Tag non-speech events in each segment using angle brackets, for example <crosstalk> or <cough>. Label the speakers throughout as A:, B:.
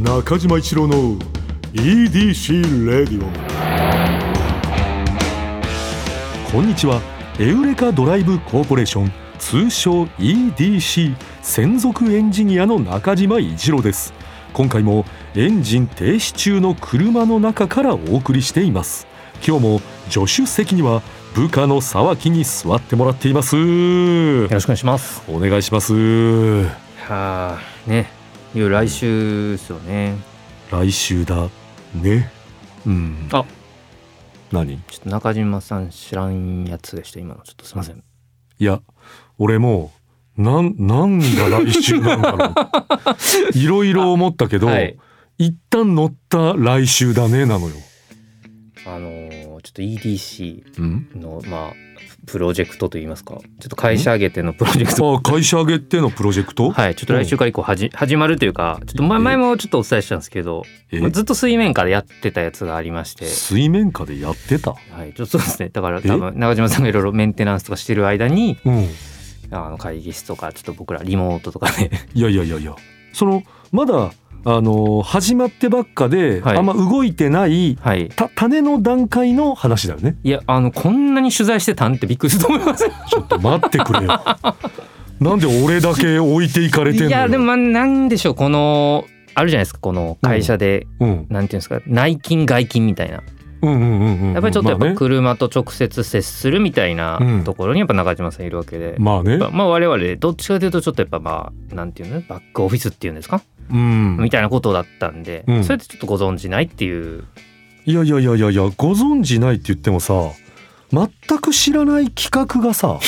A: 中島一郎の EDC レディ
B: オこんにちはエウレカドライブコーポレーション通称 EDC 専属エンジニアの中島一郎です今回もエンジン停止中の車の中からお送りしています今日も助手席には部下の沢木に座ってもらっていますよ
C: ろしくお願いします
B: お願いします
C: はあねいよ来週ですよね
B: 来週だねうん
C: あ
B: 何
C: ちょっと中島さん知らんやつでした今のちょっとすいません
B: いや俺もうなん何が来週なんだろ
C: <laughs>
B: ういろいろ思ったけど、
C: はい
B: 一旦乗った来週だねなのよ、
C: あのーちょっと EDC
B: うん、
C: のまあプロジェクトといいますかちょっと会社挙げてのプロジェクト
B: あ会社上げてのプロジェクト、
C: はいちょっと来週から以降はじ始まるというかちょっと前
B: え
C: 前もちょっとお伝えしたんですけど
B: え
C: まあずっと水面下でやってたやつがありまして
B: 水面下でやってた
C: はいちょっとそうですねだから
B: え
C: 多分中島さんがいろいろメンテナンスとかしてる間に
B: うん
C: あの会議室とかちょっと僕らリモートとかで
B: いやいやいやいやそのまだあの始まってばっかで、
C: はい
B: あんま動いてない
C: はい
B: た種の段階の話だよね
C: いやあのこんなに取材してたんってびっくりすると思い <laughs> ます
B: ちょっと待ってくれよ <laughs> なんで俺だけ置いていかれてんのよ
C: いやでもまあなんでしょうこのあるじゃないですかこの会社で、
B: うん、
C: なんていうんですか内勤外勤みたいな
B: うんうんうんうん
C: やっぱりちょっとやっぱ
B: まあね
C: 車と直接接するみたいな
B: うん
C: ところにやっぱ中島さんいるわけで、
B: まあね、
C: まあ我々どっちかというとちょっとやっぱまあなんていうのバックオフィスっていうんですか、
B: うん、
C: みたいなことだったんで、
B: うん
C: それってちょっとご存じないっていう
B: いやいやいやいやいやご存知ないって言ってもさ全く知らない企画がさ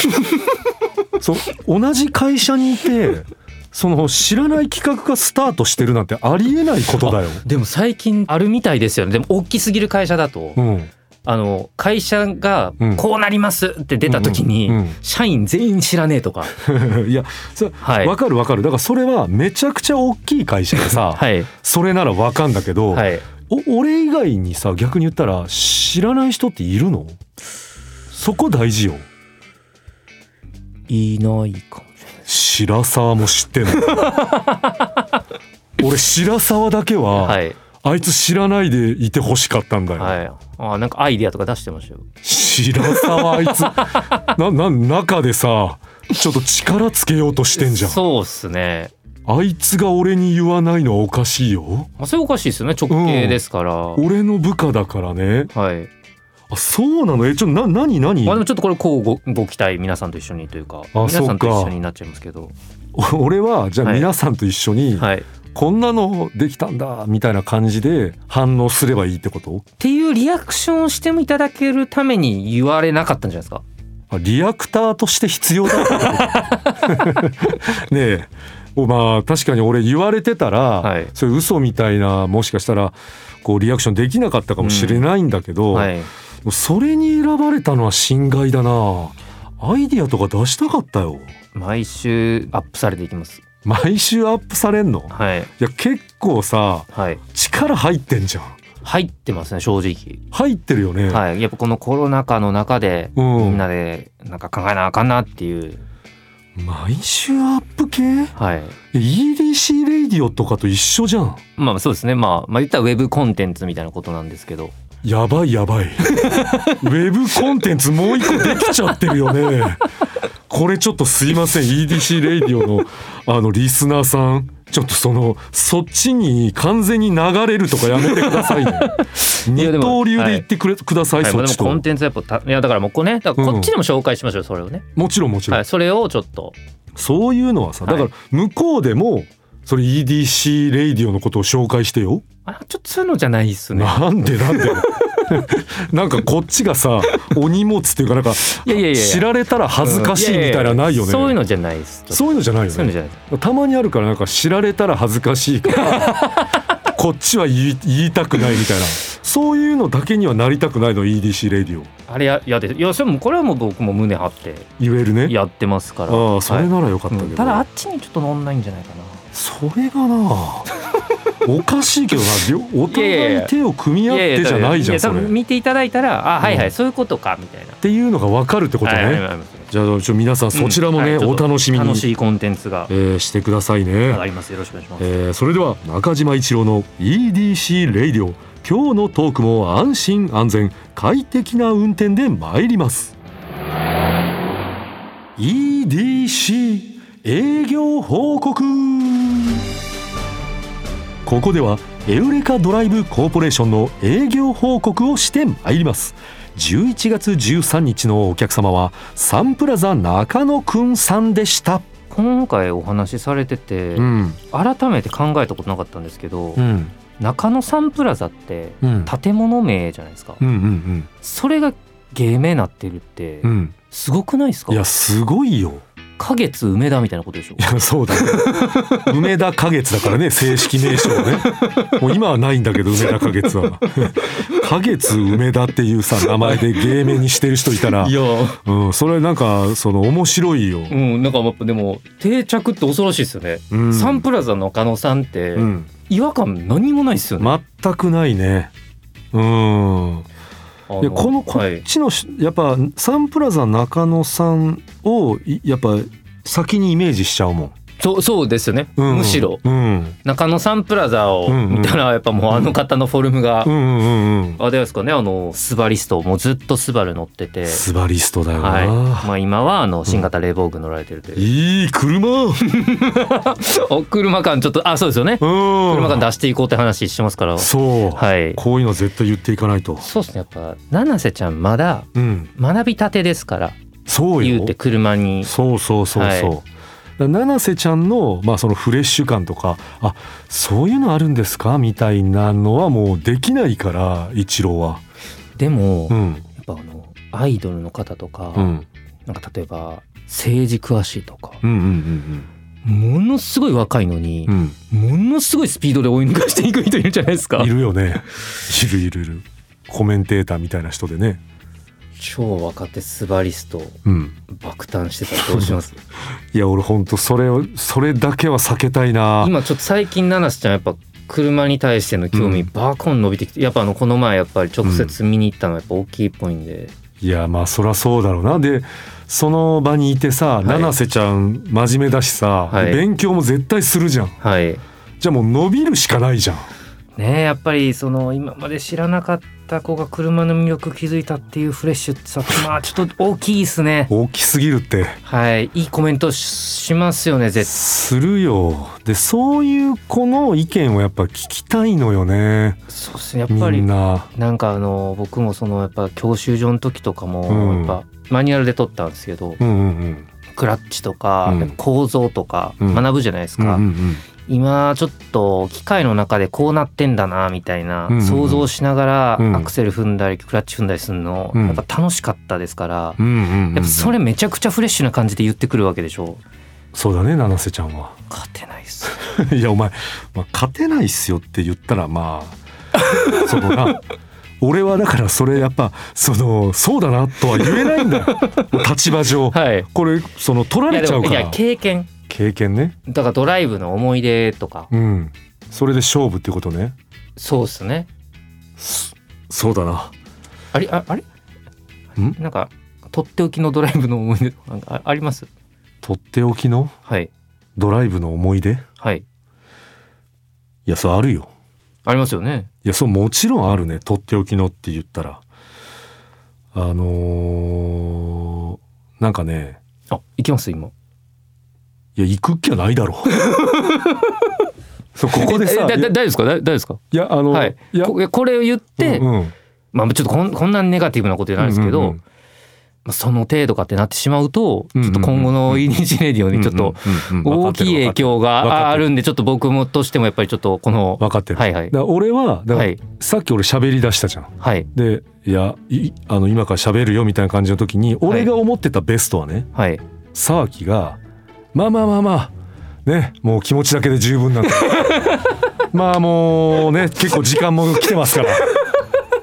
B: <laughs> そう同じ会社にいてその知らない企画がスタートしてるなんてありえないことだよ。
C: でも最近あるみたいですよねでも大きすぎる会社だと、
B: うん、
C: あの会社が
B: うん
C: こうなりますって出た時に、
B: うん
C: 社員全員知らねえとか、
B: うん <laughs> いやそ
C: はい、
B: わかるわかるだからそれはめちゃくちゃ大きい会社でさ、
C: はい
B: それならわかんだけど、
C: はい
B: お俺以外にさ逆に言ったら知らない人っているのそこ大事よ。
C: いないかもしれない
B: 白沢も知
C: <laughs>
B: ってんの俺白沢だけは、
C: はい
B: あいつ知らないでいてほしかったんだよ、
C: はいあなんかアイディアとか出してましたよ
B: 白沢あいつ <laughs> なな中でさちょっと力つけようとしてんじゃん
C: そうっすね
B: あいつが俺に言わないのはおかしいよ
C: まあそれおかしいっすよね直系ですから、
B: 俺の部下だからね
C: はい
B: あそうなのえちょっとな何何
C: まあでもちょっとこれこうごご期待皆さんと一緒にというか
B: あ
C: 皆さんと
B: そうか
C: 一緒になっちゃいますけど
B: お俺はじゃあ
C: はい
B: 皆さんと一緒に、
C: はいっ
B: こんなのできたんだみたいな感じで反応すればいいってこと
C: ていうリアクションをしてもいただけるために言われなかったんじゃないですか
B: あリアクターとして必要だったってこと <laughs> ねえおまあ確かに俺言われてたら、
C: はい
B: それ嘘みたいなもしかしたらこうリアクションできなかったかもしれないんだけど、
C: はい
B: それに選ばれたのは心外だなアイディアとか出したかったよ
C: 毎週アップされていきます
B: 毎週アップされんの
C: はい
B: いや結構さ
C: はい
B: 力入ってんじゃん
C: 入ってますね正直
B: 入ってるよね、
C: はいやっぱこのコロナ禍の中で
B: う
C: みん
B: ん
C: なでなんか考えなあかんなっていう
B: 毎週アップ系
C: はい
B: え EDC レイディオとかと一緒じゃん
C: まあそうですね、まあ、まあ言ったらウェブコンテンツみたいなことなんですけど
B: やばいやばいウェブコンテンツもう一個できちゃってるよねこれちょっとすいません EDC レイディオのあのリスナーさんちょっとそのそっちに完全に流れるとかやめてくださいね
C: <laughs>
B: 二
C: やでも
B: 刀流で言ってくれ、ください、
C: はいま
B: そ
C: あ
B: っ
C: でも
B: ちと
C: コン
B: も
C: テンツやっぱたいやだからもうこれねだからこっちでも紹介しましょうそれをね、
B: ちろんもちろん、
C: はい、それをちょっと
B: そういうのはさ
C: は
B: だ
C: い
B: から向こうでもそれ EDC レイディオのことを紹介してよ
C: あちょっとそういうのじゃないっすね
B: なんでなんで <laughs> なんかこっちがさお荷物っていうかなんか
C: いやいやいや
B: 知られたら恥ずかしいみたいなのないよね、
C: やややそういうのじゃないっす
B: そういうのじゃないよ
C: そうい
B: ね
C: うのじゃないです
B: たまにあるからなんか知られたら恥ずかし
C: <laughs>
B: いからこっちは言い言いたくないみたいなそういうのだけにはなりたくないの EDC レディオ
C: あれややでいやそれもこれはもう僕も胸張って
B: 言えるね
C: やってますから
B: ああそれ
C: はい
B: ならよかったけど、
C: うんただあっちにちょっと乗んないんじゃないかな
B: それが
C: <laughs>
B: なおかしいけどな両お
C: いやいやい
B: 互い
C: や
B: 手を組み合ってじゃないじゃん
C: や
B: そ
C: 多
B: れ
C: 分
B: っ
C: 見ていただいたらあはいはい、
B: うん
C: そういうことかみたいな
B: ていうのが分かるってことね、
C: はいはいはい
B: じゃあちょっと皆さんそちらもね、
C: うんはいちょ
B: お
C: っと
B: 楽しみに
C: 楽しいコンテンツが
B: えーしてくださいね
C: 上、がりますよろしくお願いします、
B: えーそれでは中島一郎の EDC レイディオ今日のトークも安心安全快適な運転で参ります EDC 営業報告ここではエウレカドライブコーポレーションの営業報告をして参ります11月13日のお客様はサンプラザ中野くんさんでした、
C: 今回お話しされてて、
B: ん
C: 改めて考えたことなかったんですけど、
B: ん
C: 中野サンプラザって
B: うん
C: 建物名じゃないですか、
B: うんうん
C: それが芸名なってるって
B: うんうん
C: すごくないですか
B: いやすごいよ
C: 花月梅田みたいなことでしょ
B: いやそうだよ <laughs> 梅田花月だからね正式名称はね
C: <laughs>
B: もう今はないんだけど梅田花月は花月梅田っていうさ名前で芸名にしてる人いたら
C: い、や
B: うん、それなんかその面白いよ、
C: うんなんかやっぱでも定着って恐ろしいですよね、
B: うん、
C: サンプラザの中野さんって
B: うん、
C: 違和感何もないですよね、
B: 全くないねうん
C: あの
B: いやこのこ
C: は
B: っ
C: い
B: ちのし、やっぱサンプラザ中野さんをいやっぱ先にイメージしちゃうもん、
C: そうそうですよね、
B: うん、
C: むしろ
B: うん
C: 中野サンプラザを見たらやっぱもうあの方のフォルムが、
B: うんうんうんうん
C: あれですかねあのスバリストもうずっとスバル乗ってて
B: スバリストだよな、
C: はい、まあ、今はあの新型冷房具乗られてるという、
B: いい車うん
C: お車感ちょっとあそうですよね車
B: 車
C: 感出していこうって話してますから
B: そう、
C: はい
B: こういうのは絶対言っていかないと
C: そうですねやっぱ七瀬ちゃんまだ
B: うん
C: 学びたてですから
B: そうよ
C: 言うて車に
B: そうそうそうそう、
C: は
B: だから七瀬ちゃんの,、まあそのフレッシュ感とかあそういうのあるんですかみたいなのはもうできないから一郎は
C: でも、
B: う
C: や
B: ん
C: っぱあのアイドルの方とか、
B: うん
C: なんか例えば政治詳しいとか
B: うんうんうん
C: ものすごい若いのに
B: う、ん
C: ものすごいスピードで追い抜かしていく人いるじゃないです
B: う
C: か
B: んいるよねいるいるいるコメンテーターみたいな人でね
C: 超若手スバリスト
B: うん
C: 爆誕してたらどうし
B: <laughs>
C: ます
B: いや俺ほんとそれをそれだけは避けたいな
C: 今ちょっと最近七瀬ちゃんやっぱ車に対しての興味、
B: うん
C: バーコン伸びてきてやっぱあのこの前やっぱり直接見に行ったのはやっぱ大きいっぽいんで、
B: いやまあそりゃそうだろうなでその場にいてさ、
C: い
B: 七瀬ちゃん真面目だしさ、
C: はい
B: 勉強も絶対するじゃん
C: はい
B: じゃあもう伸びるしかないじゃん
C: ねえやっぱりその今まで知らなかった子が車の魅力気づいたっていうフレッシュってさまあちょっと大きいですね
B: 大きすぎるって
C: はいいいコメントししますよね絶
B: するよでそういう子の意見をやっぱ聞きたいのよね
C: 対そうですねやっ
B: み
C: ぱり
B: んな
C: なんかあの僕もそのやっぱ教習所の時とか
B: う
C: も
B: ん
C: やっぱマニュアルで取ったんですけど、
B: うんうんうん
C: クラッチとか
B: うん
C: 構造とか
B: うん
C: 学ぶじゃないです
B: うん
C: か、
B: うん
C: 今ちょっと機械の中でこうなってんだなみたいな
B: うんうん
C: 想像しなが
B: うん
C: らアクセル踏んだりクラッチ踏んだりするの
B: うん
C: やっぱ楽しかったですから
B: うんうんうんうん
C: やっぱそれめちゃくちゃフレッシュな感じで言ってくるわけでしょ
B: そうだね七瀬ちゃんは
C: 勝てないっす
B: <laughs> いやお前、まあ、勝てないっすよって言ったらまあ <laughs> そのな俺はだからそれやっぱそのそうだなとは言えない <laughs> んだよ立場上
C: はい
B: これその取ら
C: いや
B: れ
C: で
B: ちゃう
C: もい
B: か
C: や
B: ら
C: 経験
B: 経験ね
C: だからドライブの思い出とか
B: うんそれで勝負ってことね
C: そうっすね
B: そそうだな
C: あれああれ
B: ん
C: なんかとっておきのドライブの思い出とかなんかああります
B: とっておきの
C: はい
B: ドライブの思い出い
C: はい
B: やそうあるよ
C: ありますよね
B: いやそうもちろんあるねとっておきのって言ったらあのーなんかね
C: あ行きます今
B: いや行くっきゃないだ
C: <laughs>
B: ろそうここで
C: え
B: さ
C: だだ
B: いや
C: 大丈夫ですかだ大丈夫ですか
B: いやあの、
C: はい
B: いや
C: ここれを言って、
B: うんうん
C: まあちょっとこんこんなネガティブなことじゃないですけど、
B: うんうんうん
C: まあその程度かってなってしまうと、
B: うんうんうん
C: ちょっと今後の EDG レディオにちょっと
B: うんうんうん
C: 大きい影響
B: 分かってる
C: があるんでちょっと僕もとしてもやっぱりちょっとこの
B: 分かってる
C: はいはい
B: だから俺はだか
C: は
B: ら
C: い
B: さっき俺喋り出したじゃん
C: はい
B: でいやいあの今から喋るよみたいな感じの時に俺が思ってたベストはね、
C: はい
B: 沢木がまあまあまあまあねもう気持ちだけで十分なん
C: <laughs>
B: だまあもうね結構時間も来てますから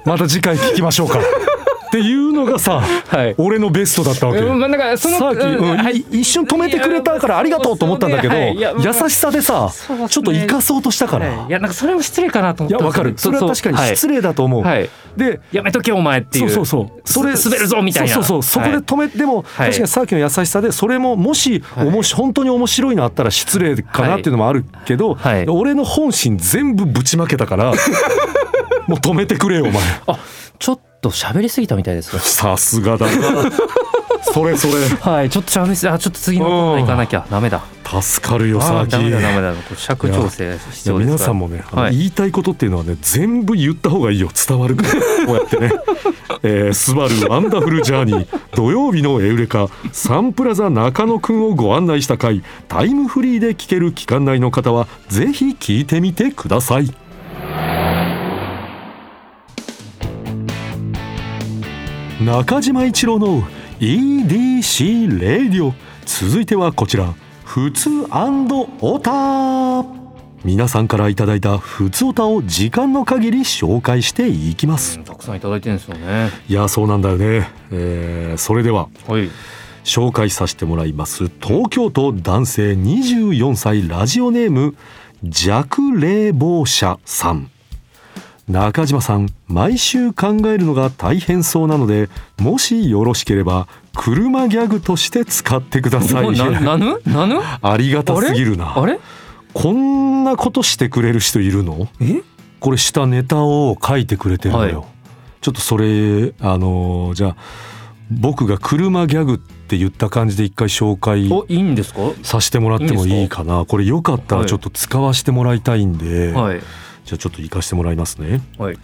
B: また次回聞きましょうかっていうのがさ
C: はい
B: 俺のベストだったわけ
C: うんまあなんかその
B: さっき、
C: うん
B: うん
C: はい
B: い一瞬止めてくれたからありがとうと思ったんだけど、
C: いやいや
B: 優しさでさ、
C: そうですね
B: ちょっと生かそうとしたから、
C: はいいやなんかそれも失礼かなと思
B: い
C: っ
B: や
C: たん
B: わ
C: です
B: か
C: よ
B: るそれは確かに失
C: 礼
B: 礼だと思う、
C: はい、はい
B: で
C: やめとけお前っていう
B: そうそうそう
C: す滑るぞみたいな
B: そうそうそうそこで止め、でも確
C: い
B: かにさっきの優しさでそれももし、
C: い
B: おもし本当に面白いのあったら失礼かなっていうのもあるけど、
C: はいはい
B: 俺の本心全部ぶちまけたから
C: <laughs>
B: もう止めてくれよお前
C: ちょっと喋りすぎたみたいです
B: さすがだ
C: <laughs>
B: なそれそれ
C: はいちょっと喋りすぎあちょっと次のコーナー行かなきゃダメだ
B: 助かるよ
C: あ
B: さ
C: あ
B: っき
C: ダメだダメだこれ尺調整必
B: いや
C: 要ですから
B: 皆さんもね、あの
C: はい
B: 言いたいことっていうのはね全部言った方がいいよ伝わるから
C: <laughs>
B: こうやってね「えースバルワンダフルジャーニー」土曜日のエウレカサンプラザ中野くんをご案内した回タイムフリーで聴ける期間内の方はぜひ聞いてみてください中島一郎の EDC レディオ続いてはこちら普通オタ皆さんからいただいた普通オタを時間の限り紹介していきます
C: たくさんいただいてるんですよね
B: いやそうなんだよね、えーそれでは
C: はい
B: 紹介させてもらいます東京都男性24歳ラジオネーム弱冷房者さん中島さん毎週考えるのが大変そうなのでもしよろしければ車ギャグとして使ってください
C: ななぬなぬあ
B: ありがたすぎるな
C: れ
B: こんなことしてくれる人いるの
C: え
B: これしたネタを書いてくれてるのよ、
C: は
B: ちょっとそれあのーじゃあ僕が車ギャグって言った感じで一回紹介
C: おいいんですか
B: させてもらってもいいかなこれよかったらちょっと使わせてもらいたいんで、
C: はい
B: じゃあちょっと行かせてもらいますね
C: はい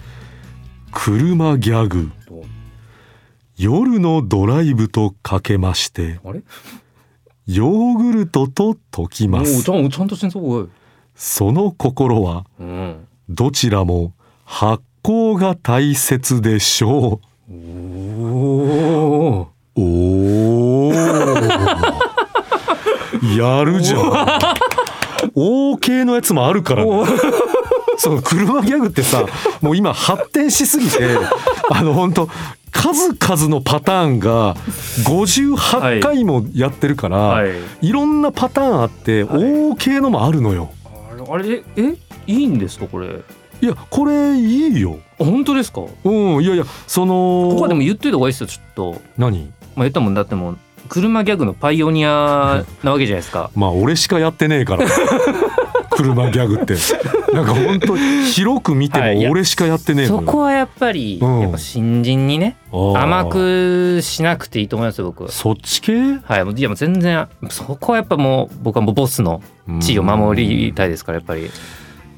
B: 車ギャグ夜のドライブとかけまして
C: あれ
B: ヨーグルトと溶き
C: も
B: ま
C: うち
B: す
C: ゃんちゃんとしてんぞおい
B: その心は
C: うん
B: どちらも発酵が大切でしょ
C: お
B: うおおやるじゃん OK のやつもあるからね
C: お
B: その車ギャグってさもう今発展しすぎてあの本当数々のパターンが
C: はい
B: 58回もやってるから、、
C: はいい
B: ろんなパターンあって、
C: はい
B: OK のもあるのよ。
C: あれあれえいいんですかこれ
B: いやこれいいよ。
C: 本当ですかこ
B: うんいやいやその
C: こはでも言っといた方がいいですよちょっと
B: 何
C: まあ言ったもんだってもう車ギャグのパイオニアなわけじゃないですか
B: まあ俺しかやってねえから
C: <laughs>
B: 車ギャグってなんか本当広く見て
C: はいいや
B: も俺しかやってねえの
C: そ
B: よ。
C: こはやっぱり、
B: うん
C: やっぱ新人にね
B: あー
C: 甘くしなくていいと思いますよ僕
B: そっち系
C: はいもういやもう全然そこはやっぱもう僕はもうボスの地位を守りたいですからやっぱり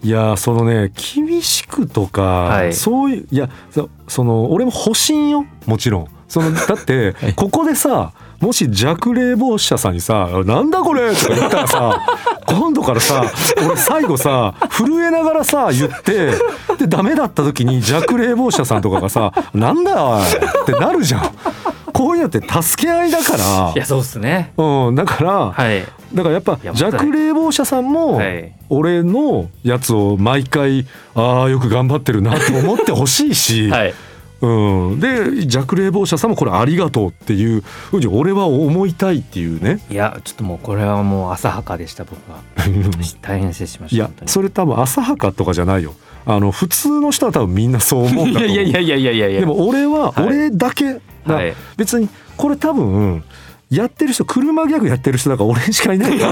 B: いやーそのね厳しくとか、
C: はい
B: そういういやそその俺も保身よもちろんそのだ
C: <laughs>
B: って、ここでさもし弱冷房者さんにさ「なんだこれ!」とか言ったらさ今度からさ俺最後さ震えながらさ言ってでダメだった時に弱冷房者さんとかがさ「なんだよ!おい」ってなるじゃん。こういうのって助け合いだから
C: いやそうっすね
B: うん、だから、
C: はい
B: だからやっぱ
C: いや
B: 弱冷房者さんも、
C: はい
B: 俺のやつを毎回ああよく頑張ってるなと思ってほしいし、
C: <laughs> はい
B: うん、で弱冷房者さんもこれありがとうっていうふうに俺は思いたいっていうね
C: いやちょっともうこれはもう浅はかでした僕
B: <laughs>
C: は大変失礼しました
B: いや
C: 本当に
B: それ多分浅はかとかじゃないよあの普通の人は多分みんなそう思うんだと思う
C: いやいやいやいやいやいや
B: でも俺は
C: はい
B: 俺だけ、だ
C: はい
B: 別にこれ多分やってる人車ギャグやってる人だから俺しかいない
C: <laughs>
B: か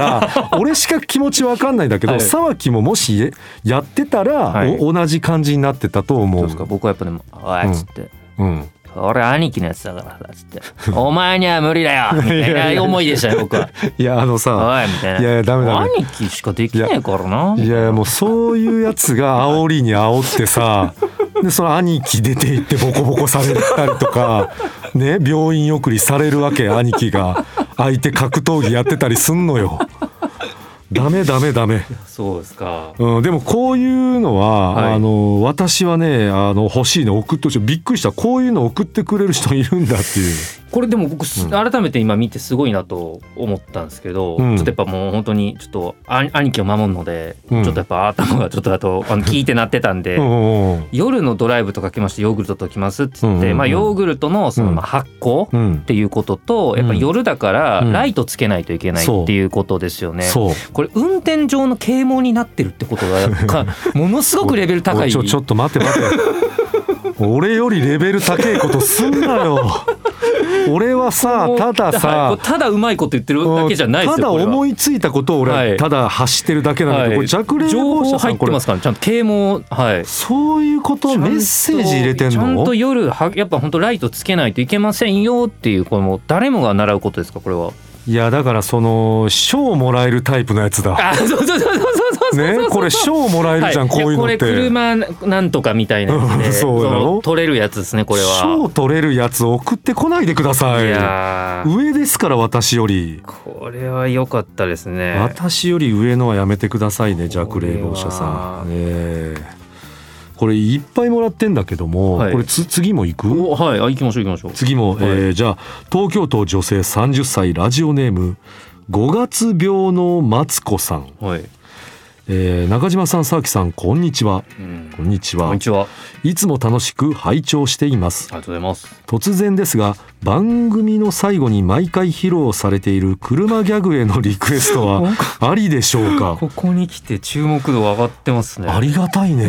B: ら俺しか気持ちわかんないんだけど、
C: はい
B: 沢木ももしやってたら、
C: はい
B: お同じ感じになってたと思
C: そう
B: う。
C: ですか僕はやっぱでも「おい」っつって
B: うん
C: 「俺兄貴のやつだから」っつって <laughs> 「お前には無理だよ」
B: <laughs>
C: みたいな思いでしたね僕は「
B: い <laughs> やあのさ
C: おい」みたいない
B: やいやダメダメ
C: 兄貴しかできねえからない
B: やいやもうそういうやつが煽りに煽って
C: <laughs>
B: さでその兄貴出て行ってボコボコされたりと
C: <laughs>
B: かね病院送りされるわけ兄貴が相手格闘技やってたりすんのよ。ダメダメダメ、
C: そうですか
B: うん、でもこういうのは、
C: はい
B: あの私はねあの欲しいの送ってほしいびっくりしたこういうの送ってくれる人いるんだっていう
C: これでも僕す、
B: うん
C: 改めて今見てすごいなと思ったんですけど、
B: うん
C: ちょっとやっぱもう本当にちょっと兄兄貴を守るので、
B: うん
C: ちょっとやっぱ頭がちょっとあとあの聞いてなってたんで、
B: うんうん
C: 夜のドライブとか来ましてヨーグルトときますって言
B: う
C: って、
B: んうんうん
C: まあ、ヨーグルトのその
B: うん
C: まあ発酵っ
B: うん
C: ていうことと、
B: うん
C: やっぱ夜だから
B: うん
C: ライトつけないといけない
B: そう
C: っていうことですよね。
B: そう
C: これ運転上の啓蒙になってるってことがかものすごくレベル <laughs> 高い。
B: ちょちょっと待って待って
C: <laughs>
B: 俺よりレベル高いことすんなよ俺はさ
C: <laughs> もう
B: ただ
C: は
B: さ
C: いただうまいこと言ってるだけじゃないですよ。
B: ただ
C: これは
B: 思いついたことを俺
C: は
B: はいただ走ってるだけなんだけど、これ弱冷
C: 情
B: 房
C: 報
B: 者さ
C: 入っ
B: んこ
C: て
B: れ
C: ますからちゃんと啓蒙はい
B: そういうことメッセージ入れてん
C: ちゃん
B: の
C: と夜はやっぱ本当ライトつけないといけませんよっていうこれもう誰もが習うことですかこれはい
B: やだからその賞もらえるタイプのやつだ
C: あそうそうそうそうそうそうそう
B: ね
C: そう
B: これ賞もらえるじゃん、
C: は
B: こういうのって
C: やこれ車なんとかみたいなやつで <laughs>
B: そうだろ
C: の取れるやつですねこれは
B: 賞取れるやつ送ってこないでくださ
C: い
B: い
C: やー
B: 上ですから私より、
C: これは良かったですね
B: 私より上のはやめてくださいね弱冷房者さん
C: これは
B: ねえこれいっぱいもらってんだけども、
C: はい
B: これつ次も行く
C: おはいあ行きましょう行きましょう
B: 次も、えーじゃあ東京都女性30歳ラジオネーム5月病のマツコさん、
C: はい、
B: えー中島さん佐々木さんこんにちは
C: うん、
B: こんにち
C: こん
B: は
C: にちはあ
B: いつも楽しく拝聴しています
C: りがとうございます
B: 突然ですが番組の最後に毎回披露されている車ギャグへのリクエスト
C: <laughs>
B: はありでしょうか
C: ここに来て注目度上がってますね
B: ありがたい
C: <laughs>
B: ね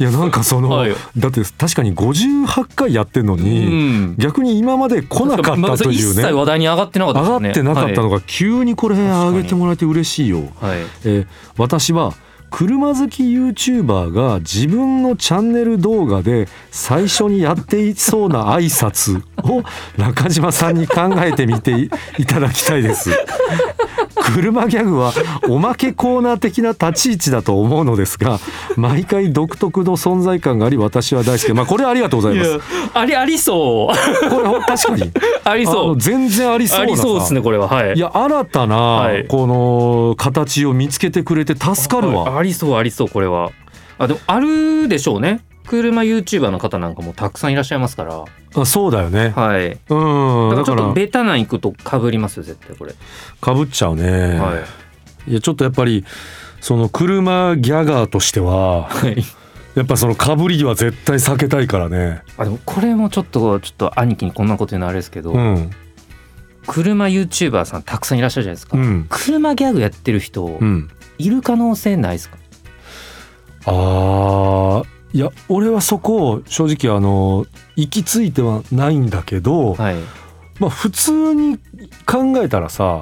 B: いやなんかその、
C: はい
B: だって確かに58回やってんの
C: う
B: に、
C: ん
B: 逆に今まで来なか
C: ま
B: った
C: あそ
B: と
C: れ
B: いう
C: 一
B: ね
C: 切話題に上がってなかったです
B: 上
C: ね
B: がってなかったのが急にこれ上げてもらえて嬉しいよ、
C: はい、はい
B: えー私は車好き YouTuber が自分のチャンネル動画で最初にやっていそうな挨拶を中島さんに考えてみていいただきたいです。 <laughs> 車ギャグはおまけコーナー的な立ち位置だと思うのですが毎回独特の存在感があり私は大好きまあこれありがとうござい
C: い
B: ま
C: や
B: す
C: ありありそう
B: これ確かに
C: あり
B: あ
C: <laughs> そ
B: の
C: う
B: 全然ありそう
C: あ
B: な
C: りそうですねこれははい
B: いや新たな
C: はい
B: この形を見つけてくれて助かるわ
C: あありそうありそうこれはあでもあるでしょうね車 YouTuber の方なんかもたくさんいらっしゃいますから
B: あそうだよね。
C: はい
B: うん、
C: だから
B: だ
C: ち
B: か
C: ょっと
B: ら
C: ベタなん行くとかぶりますよ絶対これ、
B: かぶっちゃうね。
C: はい
B: い、やちょっとやっぱりその車ギャガーとしては
C: はい
B: やっぱそのかぶりは絶対避けたいからね。
C: あでもこれもちょっとちょっと兄貴にこんなこと言うのあれですけど、
B: うん
C: 車 YouTuber さんたくさんいらっしゃるじゃないですか、
B: うん
C: 車ギャグやってる人
B: うん。
C: いる可能性ないですか、
B: ああいや俺はそこ正直あの行き着いてはないんだけど、
C: はい
B: まあ普通に考えたらさ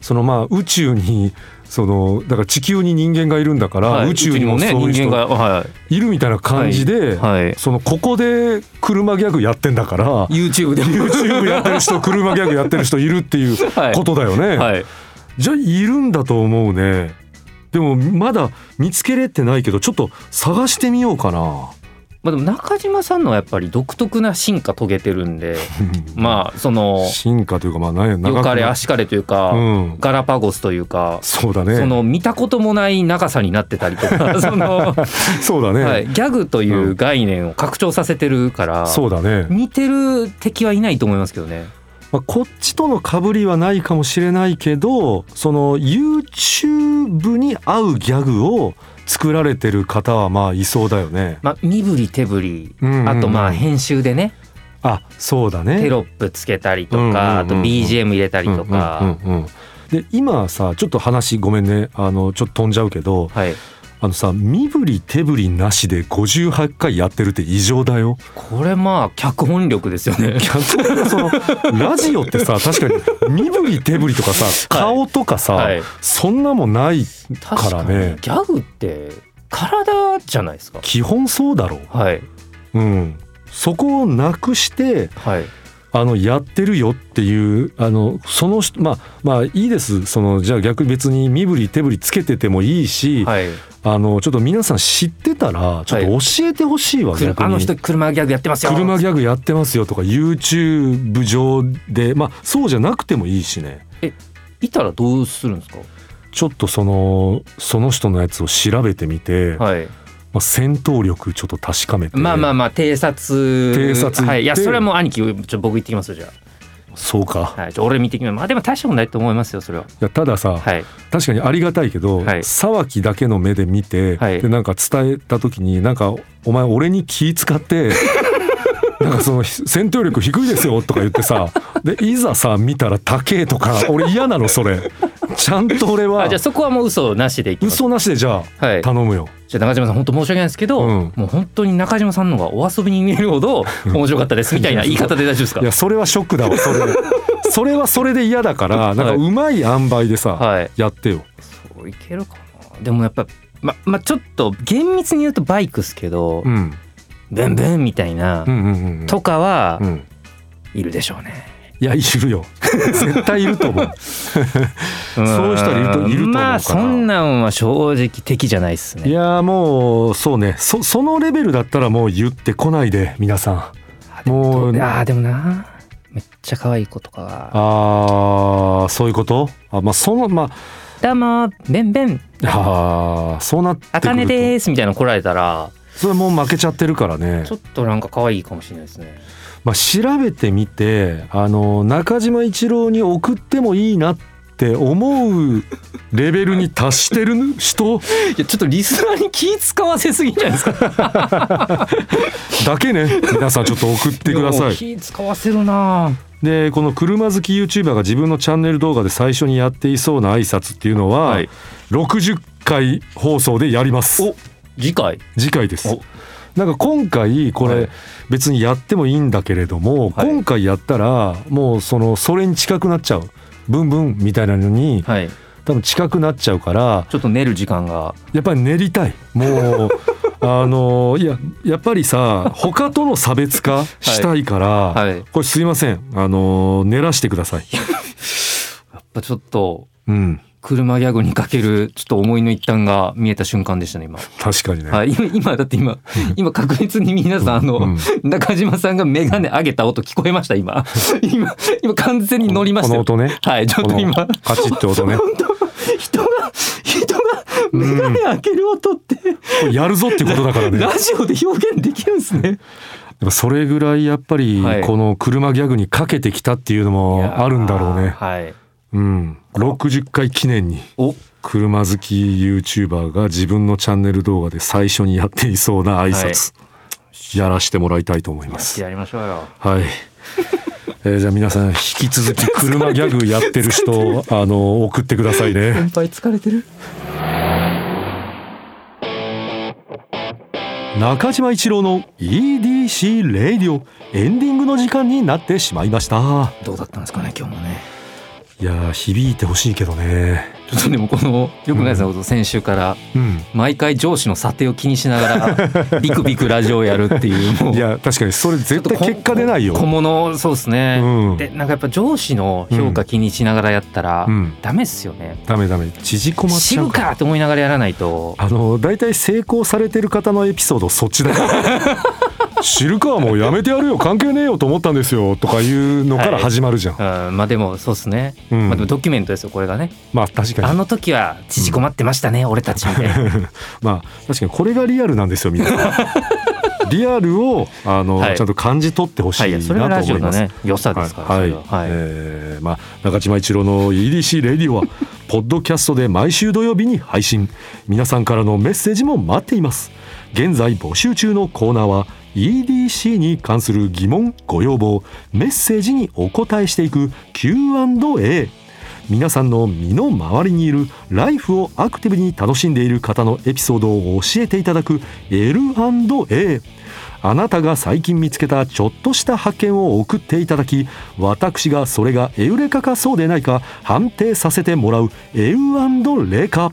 B: そのまあ宇宙にそのだから地球に人間がいるんだから、
C: はい
B: 宇宙にも
C: 宇
B: そういう
C: ね人
B: 人
C: 間
B: が
C: がはい
B: るみたいな感じで。
C: い、はい、
B: そのここで車ギャグやってんだから
C: YouTube
B: <laughs>
C: で
B: YouTube やってる人車ギャグやってる人いるっていう
C: はい
B: ことだよね、
C: はい
B: じゃあいるんだと思うねでもまだ見つけれてないけどちょっと探してみようかな
C: まあ、でも中島さんのはやっぱり独特な進化遂げてるんでまあその
B: 進化というかまあ何
C: よかれあしかれというか、
B: うん
C: ガラパゴスというか、
B: そうだね
C: その見たこともない長さになってたり
B: <laughs>
C: とかその、
B: そうだね、
C: はい、ギャグという概念を拡張させてるから、
B: そうだね、
C: 似てる敵はいないと思いますけどね。
B: まあ、こっちとのかぶりはないかもしれないけどその YouTube に合うギャグを作られてる方はまあいそうだよね、
C: まあ、身振り手振り
B: うんうんうん
C: あとまあ編集でね
B: あそうだね
C: テロップつけたりと
B: うんうんうんうん
C: かあと BGM 入れたりとか
B: うんうんうんうんで今さちょっと話ごめんねあのちょっと飛んじゃうけど
C: はい
B: あのさ身振り手振りなしで58回やってるって異常だよ。 <laughs>
C: これまあ脚本力ですよね。
B: 逆にそのラジオってさ確かに身振り手振りとかさ
C: はい
B: 顔とかさ、
C: はい
B: そんなもんない
C: 確
B: か
C: からに
B: ね
C: ギャグって体じゃないですか
B: 基本そうだろ
C: はい、
B: う。うんそこをなくして
C: はい、
B: あのやってるよっていうあのその人まあまあいいですそのじゃあ逆に別に身振り手振りつけててもいいし、
C: はい、
B: あのちょっと皆さん知ってたらちょっと教えてほしいわ、
C: くる
B: 逆に
C: あの人車ギャグやってますよ
B: 車ギャグやってますよとか YouTube 上でまあそうじゃなくてもいいしね
C: いたらどうするんですか
B: ちょっとそのその人のやつを調べてみて、
C: はい
B: まあ、戦闘力ちょっと確かめて
C: まあまあまあ偵察
B: 偵察行って
C: はいいやそれはもう兄貴ちょっと僕行ってきますよじゃ
B: そうか、
C: あ、はい、ちょ俺見てきますまあでも大したことないと思いますよそれはい
B: やたださ、
C: はい
B: 確かにありがたいけど、
C: はい
B: 沢木だけの目で見て、
C: はい
B: でなんか伝えた時になんか「お前俺に気使
C: <laughs>
B: って」なんかその戦闘力低いですよとか言ってさでいざさ見たら高えとか俺嫌なのそれちゃんと俺
C: あ
B: は
C: じゃあそこはもう嘘なしでいきます
B: 嘘なしでじゃ
C: は
B: あ
C: い
B: 頼むよ、
C: じゃあ中島さん本当申し訳ないですけ
B: う
C: ど、
B: ん
C: もう本当に中島さんの方がお遊びに見える
B: <laughs>
C: ほど面白かったですみたいな言い方で大丈夫ですか
B: い、やそれはショックだわそれそれはそれで嫌だからなんか
C: はいう
B: まい塩梅でさ、
C: はい
B: やってよ
C: そういけるかなでもやっぱままちょっと厳密に言うとバイクっすけど、
B: うん
C: ブンブンみたいな、
B: うんうんうんうん
C: とかは
B: うん
C: いるでしょうね、
B: いやいる
C: <laughs>
B: よ絶対いると思う
C: うん
B: そういう人はいるといると思うから
C: まあそんなんは正直敵じゃないっす
B: い
C: ね
B: やーもうそうねそそのレベルだったらもう言ってこないで皆さんもう
C: ああでもなめっちゃ可愛い子とかは
B: あーそういうことあまあそのま
C: 「どうもベンベン
B: ああーそうなって
C: あ
B: く
C: か
B: る
C: ね
B: と
C: でーす」みたいなの来られたら
B: それもう負けちゃってるからね
C: ちょっとなんか可愛いかもしれないですね
B: まあ、調べてみてあの中島一郎に送ってもいいなって思うレベルに達してる人
C: いやちょっとリスナーに気使わせすぎじゃないです <laughs> か
B: だけね皆さんちょっと送ってください。
C: 気使わせるな
B: でこの車好き YouTuber が自分のチャンネル動画で最初にやっていそうな挨拶っていうのは、
C: はい
B: 60回放送でやります
C: お次回
B: 次回です
C: お
B: なんか今回こ
C: は
B: れ
C: い
B: 別にやってもいいんだけれども、
C: はい
B: 今回やったらもうそのそれに近くなっちゃうブンブンみたいなのに
C: はい
B: 多分近くなっちゃうから
C: ちょっと寝る時間が
B: やっぱり練りたい
C: <laughs>
B: もうあのいややっぱりさ他との差別化したいから、
C: はいや
B: これすいませんあの練らしてくだ
C: <laughs>
B: さい。
C: っぱちょっと
B: うん
C: 車ギャグにかけるちょっと思いの一端が見えた瞬間でしたね今
B: 確かにね、
C: はい、 <laughs> 今今だって今今確実に皆さんあの、
B: うん
C: 中島さんが眼鏡上げた音聞こえました今今今完全に乗りましたよ
B: この音ね
C: はいちょっと今
B: このカチッって音
C: <laughs>
B: ね
C: 人が人が眼鏡開ける音って、
B: これやるぞってことだからねやっ
C: ラジオで表現できるんですね
B: ぱそれぐらいやっぱり
C: はい
B: この車ギャグにかけてきたっていうのもあるんだろう
C: いや
B: ね、
C: ーはい
B: うん、60回記念に
C: お
B: 車好き YouTuber が自分のチャンネル動画で最初にやっていそうな挨拶、やらしてもらいたいと思いま
C: やっ
B: す
C: てやりましょうよ
B: はい。えーじゃあ皆さん引き続き車ギャグやってる
C: <laughs>
B: 人あの送ってくださいね。
C: 先輩疲れてる
B: 中島一郎の EDC レイディオエンディングの時間になってしまいました。
C: どうだったんですかね今日もね
B: いやー響いてほしいけどね。
C: ちょっとでもこのよくないですね、先週から
B: うん。
C: 毎回上司の査定を気にしなが <laughs> らビクビクラジオをやるっていうもう
B: いや確かにそれ絶対
C: こ
B: 結果出ないよ。
C: 小物そうですね、
B: うん
C: でなんかやっぱ上司の評価気にしながらやったら、
B: うん。
C: ダメっすよね
B: ダメダメ縮こまっ
C: 知
B: ちゃ
C: る
B: う
C: かって思いながらやらないと
B: あの大体成功されてる方のエピソードそっ
C: <laughs>
B: ちだよ知るかはもうやめてやるよ関係ねえよと思ったんですよとかいうのから始まるじゃん、
C: うんまあでもそうっすね、
B: うん
C: まあでもドキュメントですよこれがね、
B: まあ確かに
C: あの時は縮こまってましたね、俺たちみたいな
B: まあ確かにこれがリアルなんですよみんな
C: <laughs>
B: リアルをあの、
C: はい
B: ちゃんと感じ取ってほし
C: はいい
B: な
C: そ
B: と
C: れがラジ
B: 思
C: オ
B: い
C: の
B: ます。
C: ね良さですから
B: はい、
C: それがはい
B: えーまあ中島一郎の EDC レディオはポッドキャストで毎週土曜日に配信皆さんからのメッセージも待っています現在募集中のコーナーは EDC に関する疑問ご要望メッセージにお答えしていく Q&A 皆さんの身の回りにいるライフをアクティブに楽しんでいる方のエピソードを教えていただく L&A あなたが最近見つけたちょっとした発見を送っていただき私がそれがエウレカかそうでないか判定させてもらうエウレカ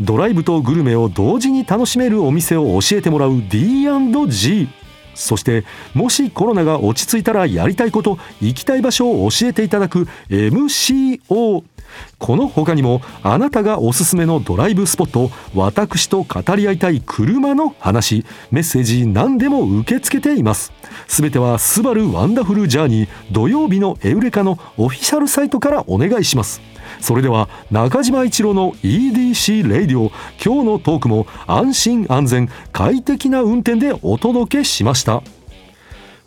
B: ドライブとグルメを同時に楽しめるお店を教えてもらう D&G そしてもしコロナが落ち着いたらやりたいこと行きたい場所を教えていただく MCO この他にもあなたがおすすめのドライブスポット私と語り合いたい車の話メッセージ何でも受け付けていますすべては「スバルワンダフルジャーニー土曜日のエウレカ」のオフィシャルサイトからお願いしますそれでは中島一郎の EDC レイディオ今日のトークも安心安全快適な運転でお届けしました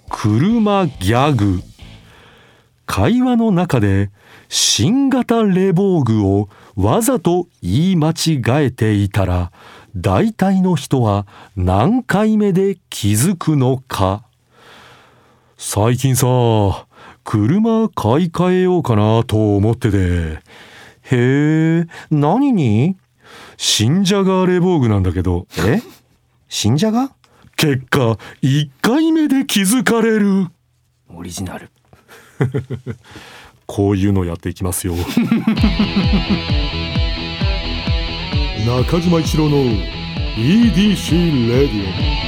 B: 車ギャグ会話の中で新型冷房具をわざと言い間違えていたら大体の人は何回目で気づくのか最近さ車買い替えようかなと思っててへえ何に新じゃが冷房具なんだけどえ新じゃが結果1回目で気づかれる
C: オリジナル
B: こういうのやっていきますよ
A: 中島一郎の EDC レディオ